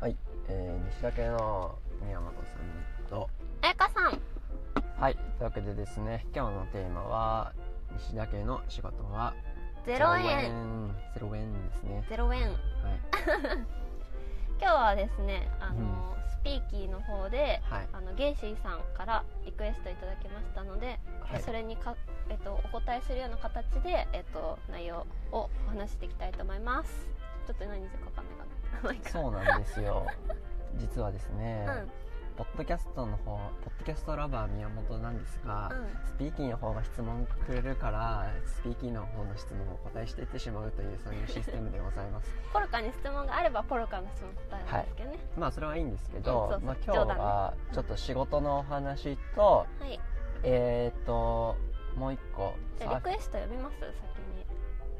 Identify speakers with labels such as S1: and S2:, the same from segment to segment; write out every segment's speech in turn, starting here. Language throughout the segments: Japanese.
S1: はい、えー、西田家の宮本さんと
S2: あやかさん
S1: はいというわけでですね今日のテーマは西田家の仕事は
S2: ゼロ円
S1: 円ゼロ円ですね
S2: ゼロ
S1: は
S2: 円
S1: い
S2: 今日はですねあの、スピーキーの方で
S1: はい
S2: あのゲイシーさんからリクエストいただきましたので、
S1: はい
S2: それにか、えっと、お答えするような形で、えっと、内容をお話ししていきたいと思いますちょっと何時かわかんないかなまあいいか
S1: そうなんです よ実はですね、
S2: うん
S1: ポッドキャストの方ポッドキャストラバー宮本なんですが、
S2: うん
S1: スピーキーの方が質問くれるからスピーキーの方の質問をお答えしていってしまうというそういうシステムでございます
S2: ポロカに質問があればポロカの質問答えるんですけどね
S1: まあそれはいいんですけ
S2: うんそ
S1: ど
S2: う、そう
S1: まあ、今日
S2: 冗談ね
S1: はちょっと仕事のお話と、
S2: はい、
S1: えっ、ー、ともう一個
S2: じゃあリクエスト読みます先に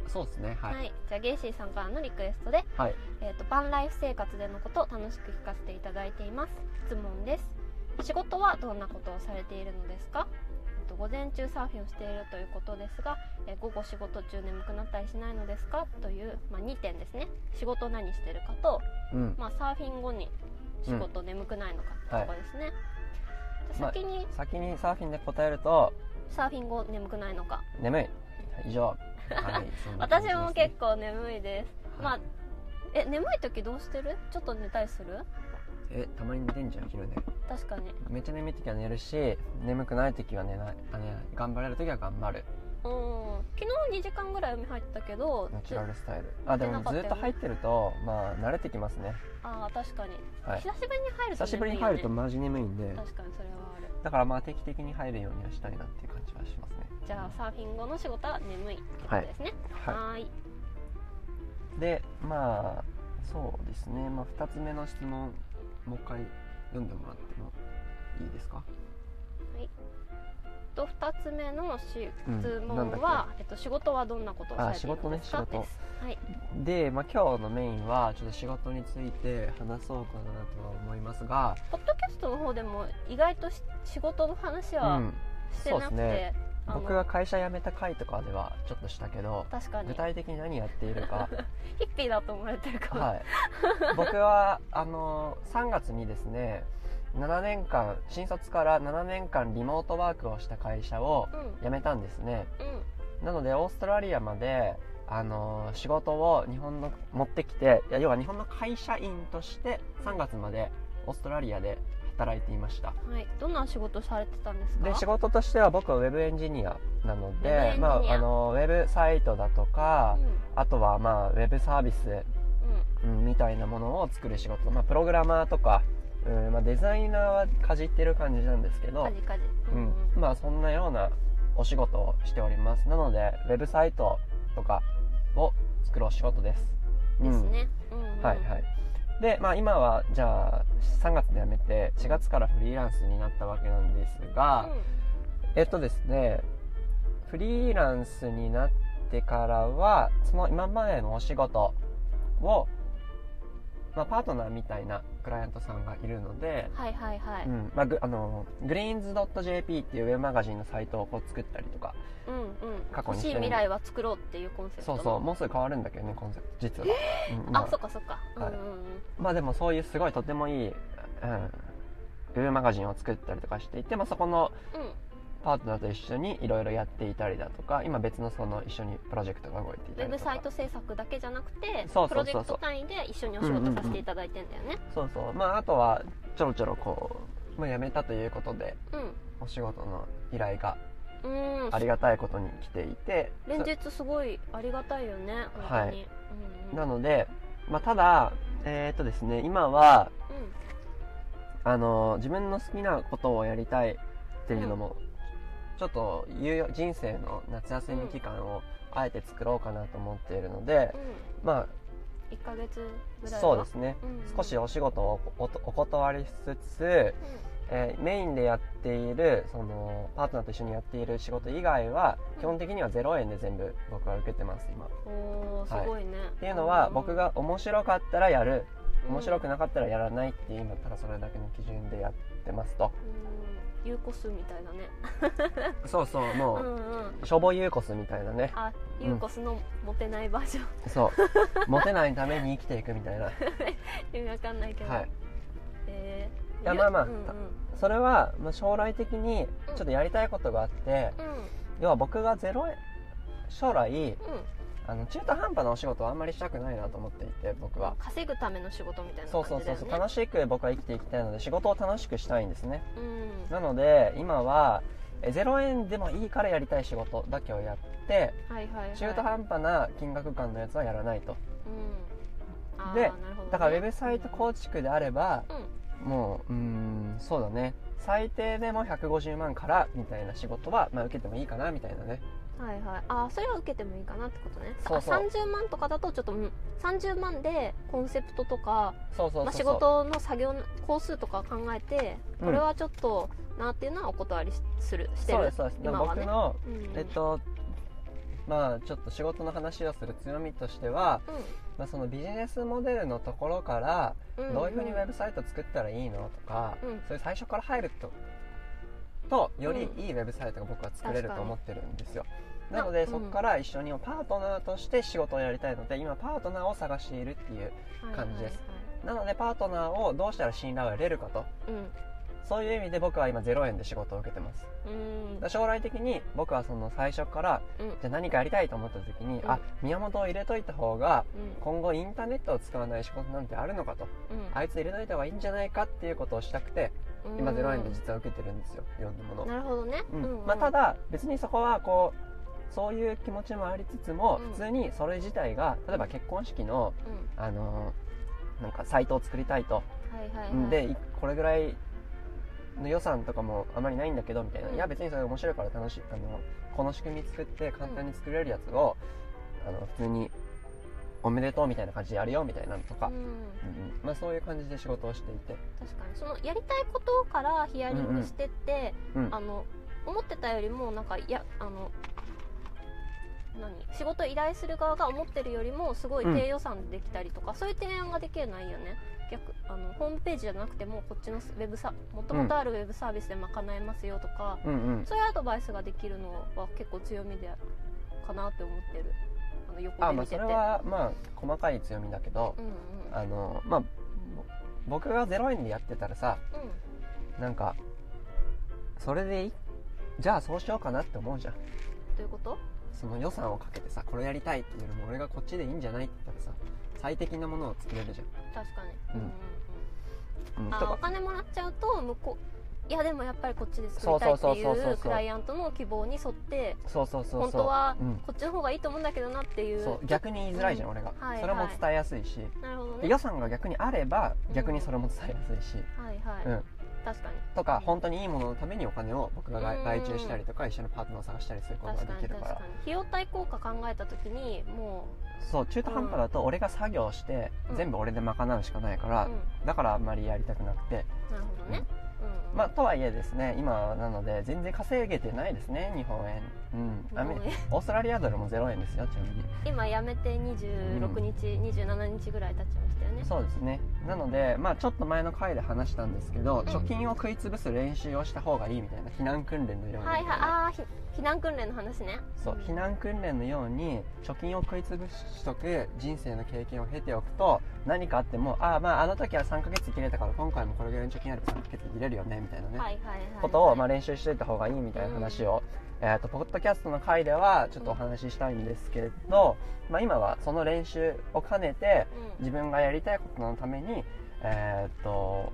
S1: そうですねは
S2: はい、
S1: い
S2: じゃあゲイシーさんからのリクエストで
S1: はい
S2: えー、とバンライフ生活でのことを楽しく聞かせていただいています質問です仕事はどんなことをされているのですかえっと午前中サーフィンをしているということですが、えー午後仕事中眠くなったりしないのですかという、まあ、2点ですね仕事何してるかと、
S1: うん
S2: まあ、サーフィン後に仕事眠くないのかってとこですね、じゃあ先に
S1: 先にサーフィンで答えると
S2: サーフィン後眠くないのか
S1: 眠い以上、はい、 そんな感
S2: 私
S1: じですね
S2: も結構眠いです、ま
S1: はい
S2: あえ眠い時どうしてるちょっと寝たりする
S1: えたまに寝てんじゃん昼寝
S2: 確かに
S1: めっちゃ眠い時は寝るし眠くない時は寝ないあ寝ない頑張れる時は頑張る
S2: うん昨日2時間ぐらい海入ったけど
S1: ナチュラルスタイル
S2: な
S1: あでも
S2: かった
S1: ず
S2: よ
S1: っ
S2: ね
S1: と入ってるとまあ慣れてきますね
S2: ああ確かに、
S1: はい
S2: 久しぶりに入ると
S1: 久しぶりに入るとマジ眠いんで
S2: 確かにそれはある
S1: だからまあ定期的に入るようにはしたいなっていう感じはしますね
S2: じゃあサーフィン後の仕事は眠いってことですねはーい
S1: ははいでまあそうですね、まあ、2つ目の質問もう一回読んでもらってもいいですか
S2: と2つ目の質
S1: うん
S2: 問
S1: な
S2: は、えっと、仕事はどんなことをされているんですか
S1: あ仕事ね
S2: ですはい
S1: で、まあ、今日のメインはちょっと仕事について話そうかなとは思いますが
S2: ポッドキャストの方でも意外とし仕事の話はしてなくて、
S1: そうです
S2: あの
S1: 僕が会社辞めた回とかではちょっとしたけど
S2: 確かに
S1: 具
S2: ヒ
S1: 体的に何やっているか
S2: ッピーだと思われてるかも、
S1: はい僕はあの3月にですね7年間新卒から7年間リモートワークをした会社を
S2: うん
S1: 辞めたんですね
S2: うん
S1: なのでオーストラリアまであの仕事を日本の持ってきていや要は日本の会社員として3月までオーストラリアで働いていました
S2: はい、どんな仕事されてたんですか
S1: で仕事としては僕はウェブエンジニアなの
S2: ウェブエン
S1: で
S2: ジニ
S1: ま
S2: ア
S1: ああのウェブサイトだとか、
S2: うん
S1: あとはまあウェブサービス、
S2: うん
S1: うんみたいなものを作る仕事、まあ、プログラマーとか、うんまあ、デザイナーはかじってる感じなんですけど
S2: カジカジ
S1: う
S2: うん
S1: んまあ、そんなようなお仕事をしておりますなのでウェブサイトとかを作るお仕事です。
S2: うんです
S1: うん
S2: ね、うんうん
S1: はいはい。で、まあ今は、じゃあ、3月で辞めて、4月からフリーランスになったわけなんですが、えっとですね、フリーランスになってからは、その今までのお仕事を、まあパートナーみたいなクライアントさんがいるので
S2: うん、はいはいはい
S1: うん、まあ、ぐあの、グリーンズ .jp っていうウェブマガジンのサイトをこう作ったりとか、
S2: うんうん
S1: 過去に
S2: 欲
S1: し
S2: してい
S1: る
S2: 未来は作ろうっていうコンセプト
S1: そう
S2: の
S1: そう、もうすぐ変わるんだけどね、コンセプト、実は。うんま
S2: あそっかそっか、
S1: はい
S2: うんうんうん
S1: まあでもそういうすごいとてもいい、うん、ウェブマガジンを作ったりとかしていて、まあそこの
S2: うん
S1: パートナーと一緒にいろいろやっていたりだとか、今別のその一緒にプロジェクトが動いてい
S2: ウ
S1: た
S2: ェ
S1: り
S2: ブ
S1: とか。
S2: サイト制作だけじゃなくて
S1: そうそうそうそう
S2: プロジェクト単位で一緒にお仕事させていただいてんだよね
S1: そうそう。まああとはちょろちょろこう、まあ辞めたということで、
S2: うん
S1: お仕事の依頼が
S2: うん、
S1: ありがたいことに来ていて、
S2: 連日すごいありがたいよね本当に、
S1: はい
S2: うんうん、
S1: なので、まあただ、えーっとですね、今は、
S2: うん
S1: あの自分の好きなことをやりたいっていうのも、ちょっと有用人生の夏休み期間をあえて作ろうかなと思っているので、
S2: う
S1: ま
S2: ん、1ヶ月
S1: あ
S2: ぐらいは
S1: そうですね、
S2: うんうん
S1: 少しお仕事をおおお断りしつつ、えーメインでやっているそのパートナーと一緒にやっている仕事以外は
S2: うん
S1: 基本的には0円で全部僕は受けてます今。っ
S2: うん、おーすごいね、って
S1: いうのは僕が面白かったらやる面白く
S2: い、
S1: なかったらやらないっていう今ただそれだけの基準でやってますと。
S2: うん、有効数みたいだね
S1: そうそう
S2: う
S1: も
S2: んうん
S1: しょぼゆうこすみたいなね。
S2: あユーコスのモテないバージョ ン、
S1: そう。モテないために生きていくみたいな。
S2: 意味わかんないけど、
S1: はい
S2: えー
S1: いやまあまあ
S2: うんうん
S1: それはまあ将来的にちょっとやりたいことがあって、
S2: うん
S1: 要は僕がゼロ円将来
S2: うん
S1: あの中途半端なお仕事はあんまりしたくないなと思っていて僕は
S2: 稼ぐための仕事みたいな
S1: そ
S2: 感
S1: う
S2: じ
S1: そう
S2: だ
S1: そう
S2: よね
S1: そう楽しく僕は生きていきたいので仕事を楽しくしたいんですね
S2: うん
S1: なので今はえ0円でもいいからやりたい仕事だけをやって
S2: はいはいはい
S1: 中途半端な金額感のやつはやらないと
S2: うんあー
S1: で
S2: なるほどね
S1: だからウェブサイト構築であれば
S2: うん
S1: もううーんそうだね最低でも150万からみたいな仕事は、まあ、受けてもいいかなみたいなね
S2: はいはい、あーそれは受けてもいいかなってことね
S1: そうそう
S2: あ30万とかだとちょっとうん30万でコンセプトとか
S1: そうそう
S2: ま
S1: そう
S2: あ、仕
S1: そう、
S2: 事の作業の工数とか考えて
S1: うん
S2: これはちょっとなっていうのはお断りしするして
S1: そうで
S2: る
S1: すそうです、
S2: 今はね
S1: 僕の
S2: うん
S1: えっとまあちょっと仕事の話をする強みとしては、まあ、そのビジネスモデルのところから
S2: うん
S1: どういうふうにウェブサイト作ったらいいのとか、
S2: うん
S1: そういう最初から入るととより
S2: うん
S1: いいウェブサイトが僕は作れる
S2: 確かに
S1: と思ってるんですよ
S2: な
S1: なので
S2: うん
S1: そこから一緒にパートナーとして仕事をやりたいので今パートナーを探しているっていう感じです、なのでパートナーをどうしたら信頼を得れるかと
S2: はいはいはい
S1: そういう意味で僕は今0円で仕事を受けてます
S2: うんうん
S1: だから将来的に僕はその最初から
S2: うん
S1: じゃあ何かやりたいと思った時に、
S2: うん
S1: あ宮本を入れといた方が
S2: うん
S1: 今後インターネットを使わない仕事なんてあるのかとあいつ入れといた方がいいんじゃないかっていうことをしたくて
S2: うん
S1: 今0円で実は受けてるんですよいろんなものを
S2: なるほどね、
S1: う
S2: うん
S1: ん
S2: うん
S1: まあ、ただ別にそこはこうそういう気持ちもありつつも
S2: うん
S1: 普通にそれ自体が例えば結婚式の、
S2: うん
S1: あのーなんかサイトを作りたいと、
S2: はいはいはい、
S1: でいこれぐらいの予算とかもあまりないんだけどみたいな、
S2: うん
S1: いや別にそれ面白いから楽しいあのこの仕組み作って簡単に作れるやつを、あの普通におめでとうみたいな感じでやるよみたいなのとか、
S2: う
S1: うん
S2: ん
S1: うんまあ、そういう感じで仕事をしていて、
S2: 確かにそのやりたいことからヒアリングしてって、
S1: うん
S2: あの思ってたよりもなんかいやあの何仕事依頼する側が思ってるよりもすごい
S1: うん
S2: 低予算でできたりとか、そういう提案ができるのはいいよね逆あのホームページじゃなくてもこっちのウェブサもともとあるウェブサービスで賄えますよとか、
S1: うんうん、
S2: そういうアドバイスができるのは結構強みでかなって思ってるあの横
S1: あま
S2: で見
S1: あ
S2: てて
S1: それはまあ細かい強みだけど
S2: うんうん
S1: あのまあぼ僕が0円でやってたらさ
S2: うん
S1: なんかそれでいいじゃあそうしようかなって思うじゃん
S2: どういうこと
S1: その予算をかけてさこれやりたいっていうよりも俺がこっちでいいんじゃないって言ったらさ最適なものを作れるじ
S2: 確かに、
S1: うんゃん、うん、と
S2: あお
S1: か
S2: 金もらっちゃうと向こういやでもやっぱりこっちで作りたいって
S1: そうそう
S2: い
S1: そうそうそうう
S2: クライアントの希望に沿って
S1: そうそうそうそう
S2: 本当は
S1: うん、
S2: こっちの方がいいと思うんだけどなっていう
S1: そう逆に言いづらいじゃん、
S2: う
S1: 俺が、
S2: はいはい
S1: それも伝えやすいし、
S2: なるほど
S1: で
S2: ね
S1: 予算が逆にあれば逆にそれも伝えやすいし、
S2: はいはい、
S1: うん
S2: 確かに
S1: とか本当にいいもののためにお金を僕が
S2: うん
S1: 外外注したりとか一緒のパートナーを探したりすることが
S2: 確
S1: で
S2: か
S1: きる
S2: に確
S1: か
S2: からに費用対効果考えた時にも
S1: そう中途半端だと俺が作業して
S2: うん
S1: 全部俺で賄うしかないか
S2: う、う
S1: ら、
S2: ん、
S1: だからあんまりやりたくなくて
S2: なるほどね、うん
S1: まあとはいえですね今なので全然稼げてないですね日本円うんアメ
S2: もうね
S1: オーストラリアドルも0円ですよちなみに
S2: 今やめて26日、27日ぐらい経っちゃいましたよね
S1: そうですねなのでまあちょっと前の回で話したんですけど、
S2: ん
S1: 貯金を食い潰す練習をした方がいいみたいな避難訓練のように、
S2: はいはいああひ避難訓練の話ね
S1: そう避難訓練のように貯金を食いつぶしとく人生の経験を経ておくと何かあってもああまああの時は3ヶ月切れたから今回もこれぐらいの貯金あれば3ヶ月切れるよねみたいなね、
S2: はいはいはい、はい、
S1: ことをまあ練習しておいた方がいいみたいな話を、えー、とポッドキャストの回ではちょっとお話ししたいんですけれど、まあ、今はその練習を兼ねて
S2: うん
S1: 自分がやりたいことのために、えー、と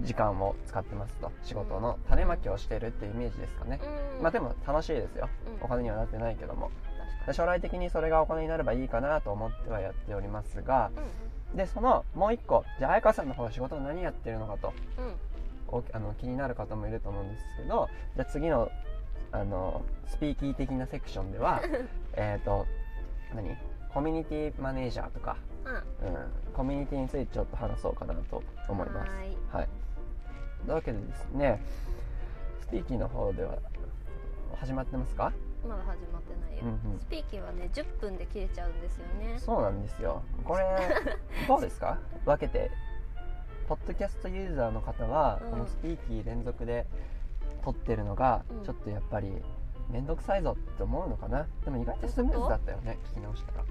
S1: 時間を使ってますと仕事の種まきをしてるっていうイメージですかね、
S2: うん
S1: まあ、でも楽しいですよ
S2: うん
S1: お金にはなってないけども
S2: 確か
S1: で将来的にそれがお金になればいいかなと思ってはやっておりますが
S2: に
S1: でそのもう一個じゃあ彩香さんの方は仕事は何やってるのかと
S2: うんうん
S1: おあの気になる方もいると思うんですけどじゃあ次のあのスピーキー的なセクションで はえっと何コミュニティマネージャーとか、
S2: うん
S1: うん、コミュニティについてちょっと話そうかなと思います
S2: は。ーい
S1: はい、というわけでですねスピーキーの方では始まってますか、
S2: まだ始まってないよ、
S1: うんうん
S2: スピーキーはね10分で切れちゃうんですよね
S1: そうなんですよこ れどうですか分けてポッドキャストユーザーの方は、
S2: うん
S1: このスピーキー連続で撮ってるのが、
S2: うん
S1: ちょっとやっぱり面倒くさいぞって思うのかなでも意外とスムーズだったよね聞き直したら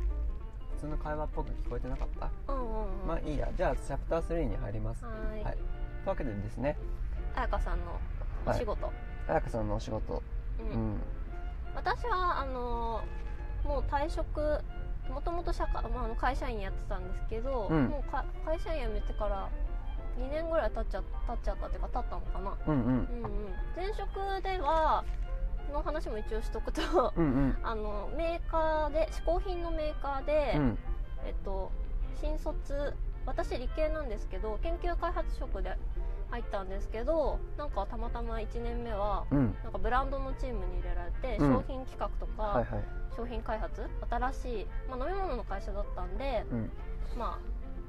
S1: 普通の会話っぽく聞こえてなかった、
S2: うんうんうん
S1: まあいいやじゃあチャプター3に入ります
S2: はーい
S1: はいというわけでですね
S2: 彩香さんのお仕事、
S1: 彩香さんのお仕事
S2: うん
S1: うん
S2: 私はあのもう退職もともと社会、まあ、あの会社員やってたんですけど、
S1: うん
S2: もうか会社員辞めてから2年ぐらい経っちゃ経っちゃったっていうか経ったのかな、
S1: うんうん
S2: うんうん、前職ではの話も一応しとく と
S1: うんうん
S2: あのメーカーで嗜好品のメーカーで、
S1: うん
S2: えっと、新卒私理系なんですけど研究開発職で入ったんですけどなんかたまたま1年目は
S1: うん
S2: なんかブランドのチームに入れられて、
S1: うん
S2: 商品企画とか、
S1: はいはい
S2: 商品開発新しい、まあ、飲み物の会社だったんで、
S1: うん
S2: ま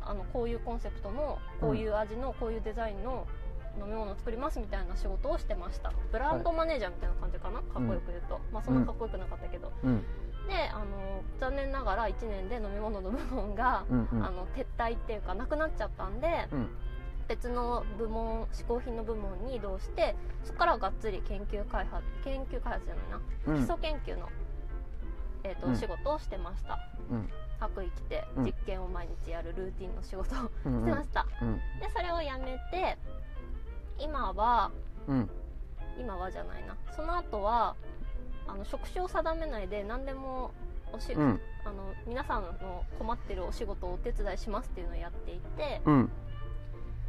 S2: あ、あのこういうコンセプトのこういう味のこういうデザインの飲み物を作りますみたいな仕事をしてましたブランドマネージャーみたいな感じかな、かっこよく言うと、まあそんなかっこよくなかったけど、
S1: うん
S2: であの残念ながら1年で飲み物の部門が、
S1: うんうん
S2: あの撤退っていうかなくなっちゃったんで、
S1: うん
S2: 別の部門嗜好品の部門に移動してそこからがっつり研究開発研究開発じゃないな
S1: うん
S2: 基礎研究の、えーと
S1: うん
S2: 仕事をしてました、
S1: うん
S2: 白衣着て
S1: うん
S2: 実験を毎日やるルーティンの仕事をし
S1: うん
S2: てました、
S1: うん
S2: でそれをやめて今は
S1: うん
S2: 今はじゃないなその後はあの職種を定めないで何でもおし、
S1: うん
S2: あの皆さんの困ってるお仕事をお手伝いしますっていうのをやっていて
S1: うん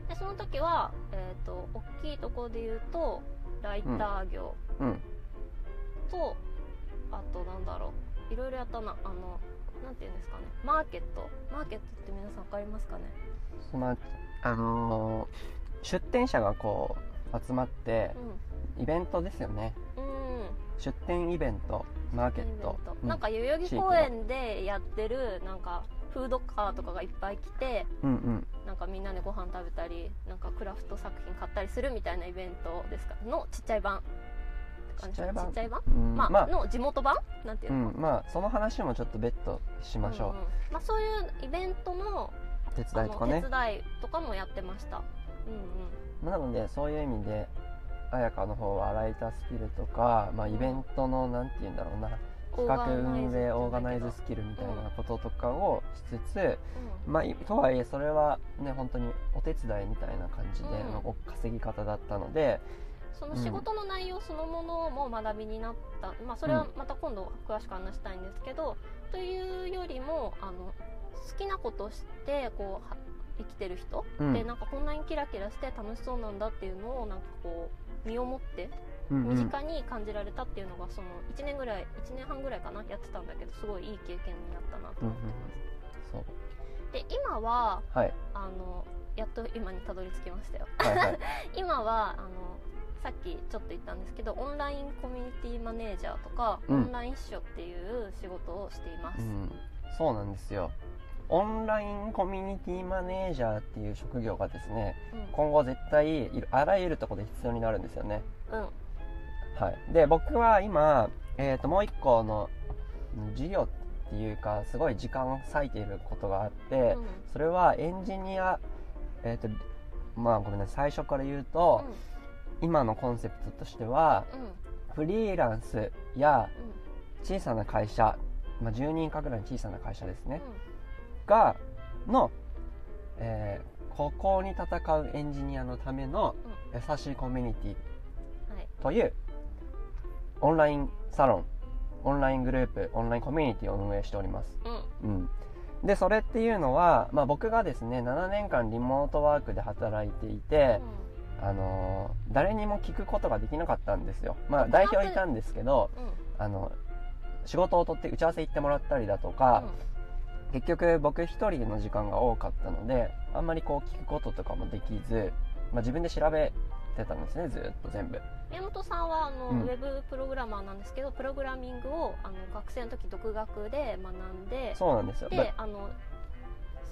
S2: でその時は、えー、と大きいところで言うとライター業、
S1: うん
S2: とあとなんだろういろいろやったなあのなんていうんですかねマーケットマーケットって皆さん分かりますかね
S1: まああのー出店者がこう集まってイベントですよね
S2: うんうん
S1: 出店イベントマーケット
S2: イベント
S1: うん
S2: なんか代々木公園でやってるなんかフードカーとかがいっぱい来て
S1: うんうん
S2: なんかみんなでご飯食べたりなんかクラフト作品買ったりするみたいなイベントですかのちっちゃい版って感じ
S1: ちっちゃい版
S2: ちっちゃい版、
S1: うん
S2: まあ、
S1: まあ
S2: の地元版なんていううの、
S1: んまあその話もちょっと別途しましょ
S2: んんまあ、そういうイベントの
S1: う手
S2: あ
S1: 伝い
S2: の
S1: とか
S2: 手
S1: ね
S2: 伝いとかもやってましたうんうん
S1: なのでそういう意味で彩香の方はライタースキルとか、まあ、イベントのなんて言うんだろうな企画運営オーガナイズスキルみたいなこととかをしつつ、まあ、いとはいえそれはね本当にお手伝いみたいな感じで
S2: うん
S1: のお稼ぎ方だったので、
S2: その仕事の内容そのものも学びになった、まあ、それはまた今度詳しく話したいんですけど、というよりもあの好きなことしてこうは生きてる人
S1: う
S2: っ
S1: ん
S2: てなんかこんなにキラキラして楽しそうなんだっていうのをなんかこう身をもって
S1: うんうん
S2: 身近に感じられたっていうのがその1年ぐらい1年半ぐらいかなやってたんだけどすごいいい経験になったなと思ってます。
S1: そう
S2: で今は
S1: はい
S2: あのやっと今にたどり着きましたよ。
S1: はいはい
S2: 今はあのさっきちょっと言ったんですけどオンラインコミュニティマネージャーとか、
S1: うん
S2: オンライン秘書っていう仕事をしています、
S1: うんそうなんですよオンラインコミュニティマネージャーっていう職業がですね
S2: う
S1: 今後絶対いるあらゆるところで必要になるんですよね
S2: ん、うん
S1: はい、で僕は今、えー、ともう一個のうん授業っていうかすごい時間を割いていることがあって、
S2: うん
S1: それはエンジニアえっ、とまあごめんなさい最初から言うと、今のコンセプトとしては
S2: うんうん
S1: フリーランスや小さな会社、まあ、10人かぐらいの小さな会社ですね、がの、えーここに戦うエンジニアのための優しいコミュニティ
S2: うんはい
S1: というオンラインサロンオンライングループオンラインコミュニティを運営しております、
S2: うん
S1: うん、でそれっていうのは、まあ、僕がですね7年間リモートワークで働いていて、あのー誰にも聞くことができなかったんですよまあ代表いたんですけど
S2: うんうん
S1: あの仕事を取って打ち合わせ行ってもらったりだとか、結局僕一人の時間が多かったのであんまりこう聞くこととかもできず、まあ、自分で調べてたんですねずーっと全部
S2: 宮本さんはあの、
S1: うん
S2: ウェブプログラマーなんですけどプログラミングをあの学生の時独学で学んで
S1: そうなんですよ
S2: であの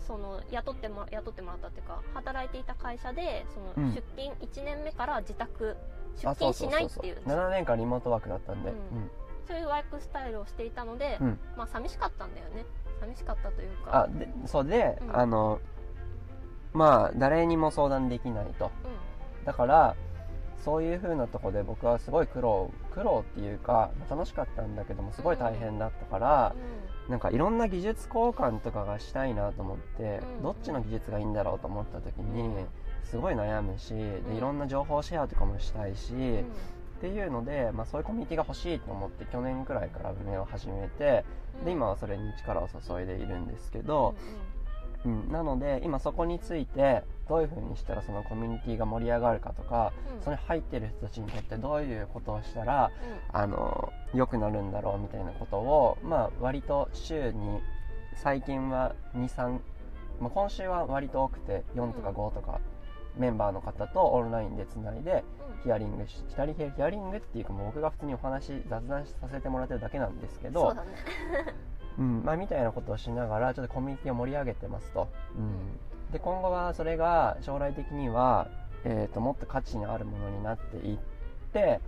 S2: その雇っても雇ってもらったっていうか働いていた会社でその
S1: うん
S2: 出勤1年目から自宅出
S1: あそ
S2: 勤
S1: うそ
S2: し
S1: うそ
S2: ないうっ
S1: そ
S2: ていう
S1: う7年間リモートワークだったんで、
S2: う
S1: うんん
S2: そういうワークスタイルをしていたので、
S1: うん
S2: まあ寂しかったんだよね寂しかったというか
S1: あでそうで、
S2: うん
S1: あのまあ誰にも相談できないと
S2: う
S1: だからそういう風なとこで僕はすごい苦労苦労っていうか楽しかったんだけどもすごい大変だったから、なんかいろんな技術交換とかがしたいなと思って、
S2: うん
S1: どっちの技術がいいんだろうと思った時に
S2: うん
S1: すごい悩むしで
S2: ん
S1: いろんな情報シェアとかもしたいし、
S2: うん
S1: っ、ていうので、まあ、そういうコミュニティが欲しいと思って去年くらいから運営を始めてで今はそれに力を注いでいるんですけど、うん、なので今そこについてどういうふうにしたらそのコミュニティが盛り上がるかとか、それに入ってる人たちにとってどういうことをしたらあの良くなるんだろうみたいなことを、まあ、割と週に最近は23、まあ、今週は割と多くて4とか5とか、メンバーの方とオンラインでつないでヒアリングしたりヒアリングっていうかもう僕が普通にお話雑談させてもらってるだけなんですけど
S2: そうだね
S1: うんまあ、みたいなことをしながらちょっとコミュニティを盛り上げてますと、うん、で今後はそれが将来的には、えー、ともっと価値のあるものになっていって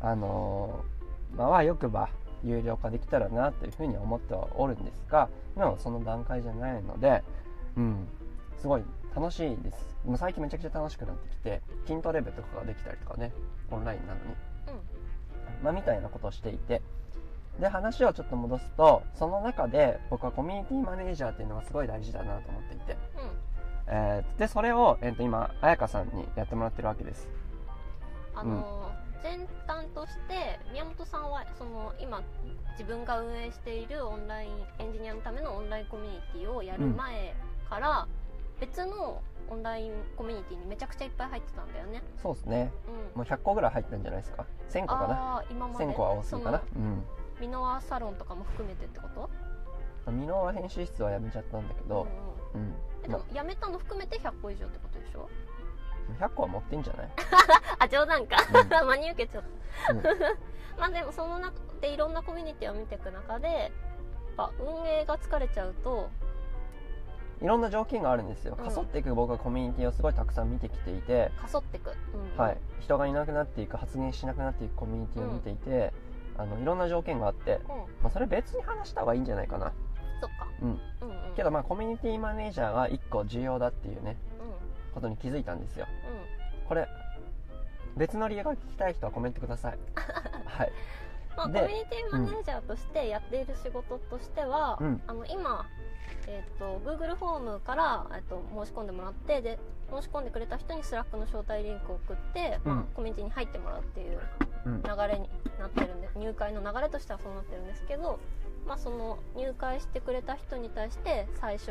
S1: あのーまああわよくば有料化できたらなというふうに思ってはおるんですが今はその段階じゃないので、うん、すごい楽しいですもう最近めちゃくちゃ楽しくなってきて筋トレ部とかができたりとかねオンラインなのにまあ、みたいなことをしていてで話をちょっと戻すとその中で僕はコミュニティマネージャーっていうのがすごい大事だなと思っていて、
S2: うんうん
S1: えーでそれを、えー、と今彩香さんにやってもらってるわけです
S2: あの前端として宮本さんはその今自分が運営しているオンラインエンジニアのためのオンラインコミュニティをやる前から別のオンラインコミュニティにめちゃくちゃいっぱい入ってたんだよね。
S1: そうですね
S2: うん、
S1: もう100個ぐらい入ってるんじゃないですか1000個か
S2: ああー今
S1: な
S2: まで
S1: 1000個は多すぎかな
S2: その
S1: うん
S2: ミノアサロンとかも含めてってこと？
S1: 美濃は編集室はやめちゃったんだけ
S2: う
S1: どう
S2: ん、
S1: ん
S2: えで
S1: ま
S2: もやめたの含めて100個以上ってことでしょ？
S1: あ100個は持ってんじゃない、
S2: あ冗談か。
S1: うん
S2: 真に受けちゃった、
S1: うん
S2: まあでもその中でいろんなコミュニティを見ていく中でやっぱ運営が疲れちゃうと
S1: いろんな条件があるんですよ
S2: うん
S1: かそっていく僕はコミュニティをすごいたくさん見てきていて、
S2: かそってく、うん
S1: はい、人がいなくなっていく発言しなくなっていくコミュニティを見ていて、あのいろんな条件があって、
S2: うん、
S1: まあ、それ別に話した方がいいんじゃないかな
S2: そっか、
S1: うん
S2: うんうん、
S1: けどまあコミュニティマネージャーが1個重要だっていうね
S2: うん
S1: ことに気づいたんですよ
S2: うん
S1: これ別の理由が聞きたい人はコメントくださ いはい
S2: まあ、コ
S1: で
S2: ミュニティマネージャーとしてやっている仕事としては、
S1: うん
S2: あの今、えっと Google フォームから、えっと申し込んでもらってで申し込んでくれた人に Slack の招待リンクを送って、
S1: うん
S2: まあ、コミュニティに入ってもらうっていう
S1: うん
S2: 流れになってるんで入会の流れとしてはそうなってるんですけど、まあ、その入会してくれた人に対して最初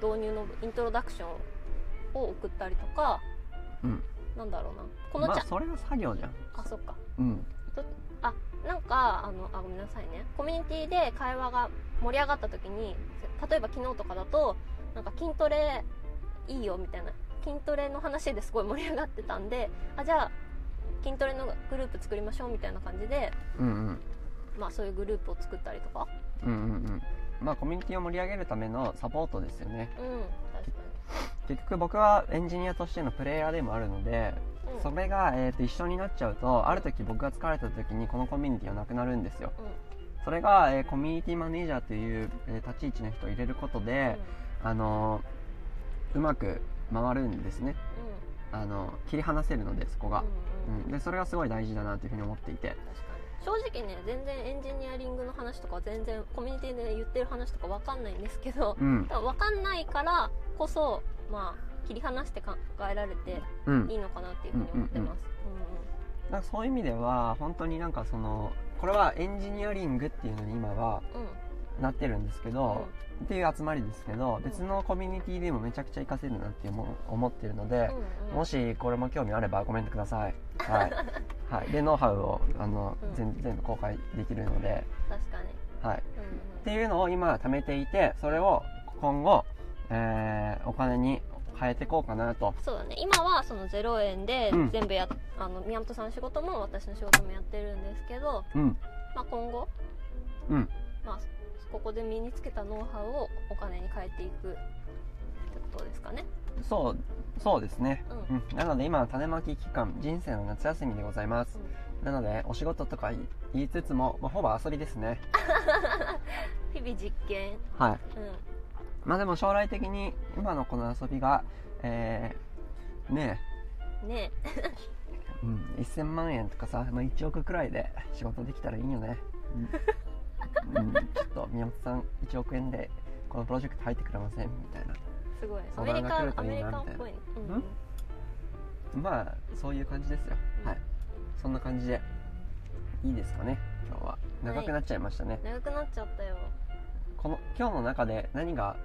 S2: 導入のイントロダクションを送ったりとか、
S1: うん
S2: なんだろうなこの
S1: ま
S2: チ
S1: あ
S2: ャ、
S1: それは作業じゃん
S2: あそっか
S1: うん
S2: なんかあのあごめんなさいねコミュニティで会話が盛り上がった時に例えば昨日とかだとなんか筋トレいいよみたいな筋トレの話ですごい盛り上がってたんであじゃあ筋トレのグループ作りましょうみたいな感じで、
S1: うんうん
S2: まあ、そういうグループを作ったりとか
S1: うんうんうんまあコミュニティを盛り上げるためのサポートですよね
S2: うん確か
S1: 結局僕はエンジニアとしてのプレイヤーでもあるので
S2: に、うん、
S1: それが、えー、と一緒になっちゃうとある時僕が疲れた時にこのコミュニティはなくなるんですよ、それが、えーコミュニティマネージャーという、えー立ち位置の人を入れることで、あのーうまく回るんですね、
S2: うんうん
S1: あのー切り離せるのでそこが、
S2: うんうん
S1: うん、でそれがすごい大事だなというふうに思っていて
S2: 確かに正直ね全然エンジニアリングの話とか全然コミュニティで言ってる話とかわかんないんですけど
S1: うん
S2: 多分わかんないからこそまあ切り離して考えられて
S1: うん
S2: いいのかなっていうふうに思ってます。
S1: なんかそういう意味では本当になんかそのこれはエンジニアリングっていうのに今は
S2: うんうんうん
S1: なってるんですけど、っていう集まりですけど別のコミュニティでもめちゃくちゃ活かせるなって思思ってるので、
S2: うんうん
S1: もしこれも興味あればコメントくだ さい。はい。はい、で、ノウハウをあの、
S2: うん
S1: 全全部公開できるので、
S2: 確かに。
S1: はい。
S2: うんうん
S1: っていうのを今貯めていて、それを今後、えーお金に変えていこうかなと。
S2: そうだね今はその0円で
S1: うん
S2: 全部や、あの宮本さんの仕事も私の仕事もやってるんですけど、
S1: うん。
S2: まあ、今後、
S1: うん
S2: まあ、ここで身につけたノウハウをお金に変えていくってことですかね。
S1: そう、そうですね。
S2: うん
S1: うん。なので今は種まき期間、人生の夏休みでございます。なので、お仕事とか言い言いつつも、まあ、ほぼ遊びですね。
S2: 日々実験、
S1: はい。
S2: うん、
S1: まあでも将来的に今のこの遊びが、えーねえ、
S2: ね
S1: うん、1000万円とかさ、まあ、1億くらいで仕事できたらいいよね、うんうん、ちょっと宮本さん1億円でこのプロジェクト入ってくれませんみたいな
S2: すごいア
S1: 相
S2: メリ
S1: 談が来る
S2: カ
S1: と
S2: ア
S1: いいな
S2: メリカっぽいね、うん
S1: んまあそういう感じですよ、
S2: うん
S1: はいそんな感じでいいですかね今日は長くなっちゃいましたね、
S2: 長くなっちゃったよ
S1: この今日の中で何が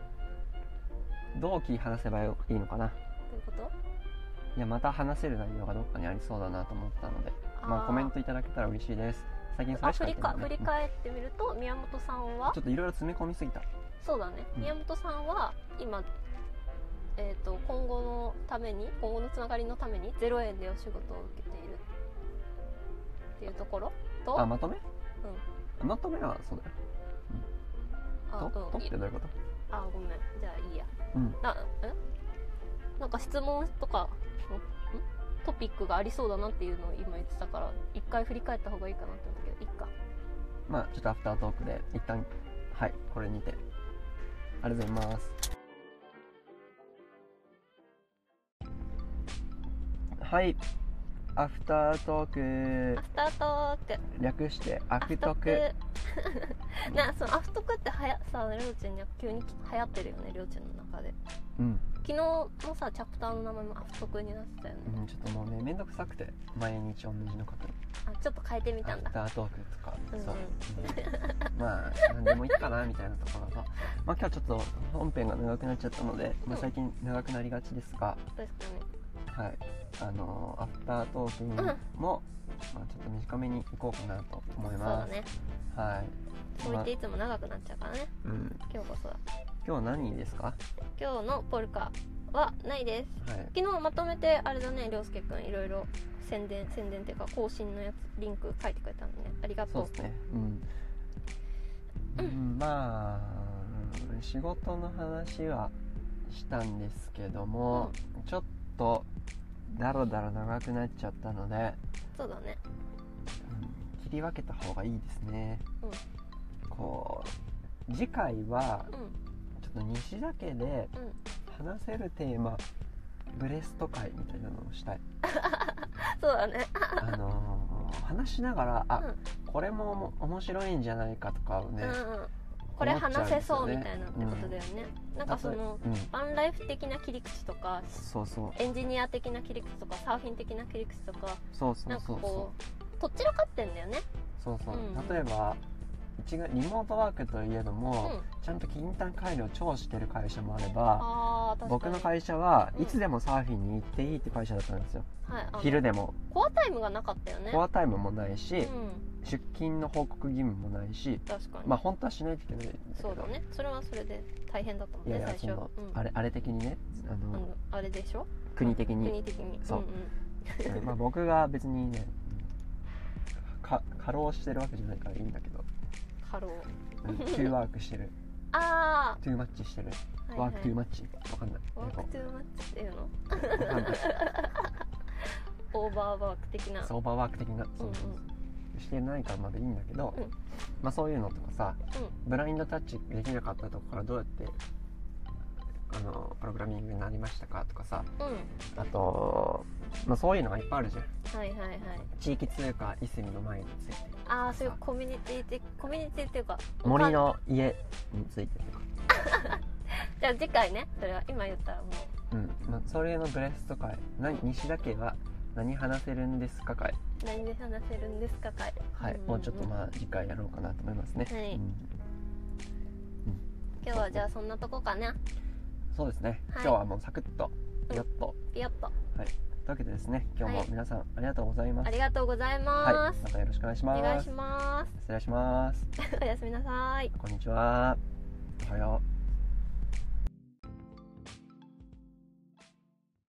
S1: どう切り離せばいいのかな
S2: どういうこと
S1: いやまた話せる内容がどっかにありそうだなと思ったのでまあコメントいただけたら嬉しいです最近そ
S2: あ
S1: れし
S2: 振
S1: かや
S2: り
S1: ってな
S2: か
S1: い、ね、
S2: 振り
S1: うん
S2: 返ってみると宮本さんは
S1: ちょっといろいろ詰め込みすぎた
S2: そうだね、
S1: うん
S2: 宮本さんは今、えー、と今後のために今後のつながりのために0円でお仕事を受けているっていうところと
S1: あまとめまとめはそうだよ
S2: あ
S1: と
S2: う
S1: と
S2: ん
S1: ってどういうこと
S2: あごめんじゃあいいや、
S1: うん
S2: なえなんか質問とかんんトピックがありそうだなっていうのを今言ってたから一回振り返った方がいいかなって思ったけどいっか
S1: まあちょっとアフタートークで一旦はいこれにてありがとうございますはいアフタートーク
S2: アフタートーク
S1: 略してアフトク
S2: アフトク なそのアフトクってはやさりょうちんに急に流行ってるよねりょうちんの中で
S1: うん、
S2: 昨日のさチャプターの名前もアフトクになってたよね、
S1: うん、ちょっともうねめんどくさくて毎日同じのこと
S2: あちょっと変えてみた
S1: ア
S2: ん
S1: フ
S2: だ
S1: タートークとか、
S2: うんうん
S1: そう、うんまあ何でもいいかなみたいなところとまあ今日ちょっと本編が長くなっちゃったので、まあ、最近長くなりがちですが
S2: 確か
S1: はいあのーアフタートークも、まあ、ちょっと短めに行こうかなと思い
S2: にそう
S1: ま
S2: だ
S1: す、
S2: ね
S1: はい、
S2: こう言
S1: ま
S2: っ
S1: あ
S2: ていつも長くなっちゃうからね
S1: うん、
S2: 今日こそだ
S1: 今日何ですか、は
S2: 今日のポルカはないです
S1: い、
S2: 昨日まとめてあれだねりょうすけくんいろいろ宣伝宣伝っていうか更新のやつリンク書いてくれたのねありが
S1: そう
S2: と
S1: ですねうん、うん、まあうん仕事の話はしたんですけども、ちょっとだらだら長くなっちゃったので
S2: うそうだね
S1: うん切り分けた方がいいですね、
S2: うん
S1: こう次回は
S2: うん
S1: ちょっと西田家で
S2: うん
S1: 話せるテーマ、ブレスト会みたいなのをしたい
S2: そうだね
S1: あのー話しながらあ、
S2: うん
S1: これもおも面白いんじゃないかとかをね、
S2: うんうん、 これ話せそうみたいなってことだよね、なんかその
S1: うん、
S2: バンライフ的な切り口とか
S1: そうそう
S2: エンジニア的な切り口とかサーフィン的な切り口とか
S1: そうそ
S2: なん
S1: う
S2: か
S1: そうそ
S2: こうとっちらかってんだよね
S1: うそうそう、
S2: うん
S1: 例えば一概リモートワークといえど
S2: うん
S1: も、ちゃんと勤単配慮を超してる会社もあれば
S2: あー確かに
S1: 僕の会社は
S2: うん
S1: いつでもサーフィンに行っていいって会社だったんですよ、
S2: はい、あの
S1: 昼でも
S2: コアタイムがなかったよね
S1: コアタイムもないし、
S2: うん
S1: 出勤の報告義務もないし
S2: 確かに、
S1: まあ本当はしないといけないんだけど
S2: そうだねそれはそれで大変だったもん
S1: いや
S2: ね
S1: いやそ
S2: 最初
S1: の、あれあれ的にねあ
S2: うん、あ
S1: の、
S2: のあれでしょ
S1: 国的に、
S2: 国的に
S1: そうんまあ、僕が別にねか過労してるわけじゃないからいいんだけど
S2: うん、 ハロー
S1: うんトゥーワークしてる
S2: あ
S1: トゥーマッチしてる
S2: あ、
S1: ワークトゥー
S2: マ
S1: マッチわかんない
S2: ワー
S1: 英語
S2: クトゥーマッチっていうの
S1: わかんない
S2: オーバーワーク的な
S1: そうオーバーワーク的なそうそうそう
S2: う、
S1: してないからまだいいんだけど、
S2: うん
S1: まあそういうのとかさ、ブラインドタッチできなかったとこからどうやってあのプログラミングになりましたかとかさ
S2: うんはい
S1: あと、まあ、そういうのがいっぱいあるじゃん
S2: はいはい
S1: 地域通貨いすみの前について
S2: ああそういうコミュニティ的コミュニティっていうか
S1: 森の家についてとか、
S2: じゃあ次回ねそれは今言ったらもう
S1: うんまあ、それのブレスト会何西田家は何話せるんですか会、
S2: 何で話せるんですか会
S1: はい
S2: んんん
S1: もうちょっとまあ次回やろうかなと思いますね、
S2: はい
S1: うん
S2: 今日はじゃあそんなとこかな
S1: そうですね、
S2: は
S1: 今
S2: い
S1: 日はもうサクッと
S2: うん
S1: やっと、
S2: ピヨッと
S1: というわけでですね今日
S2: は
S1: も
S2: い
S1: 皆さんありがとうございます、
S2: ありがとうござい
S1: はい
S2: ま、
S1: ますたよろしくお願いします
S2: お願いします
S1: 失礼します
S2: おやすみなさい
S1: こんにちはおはよう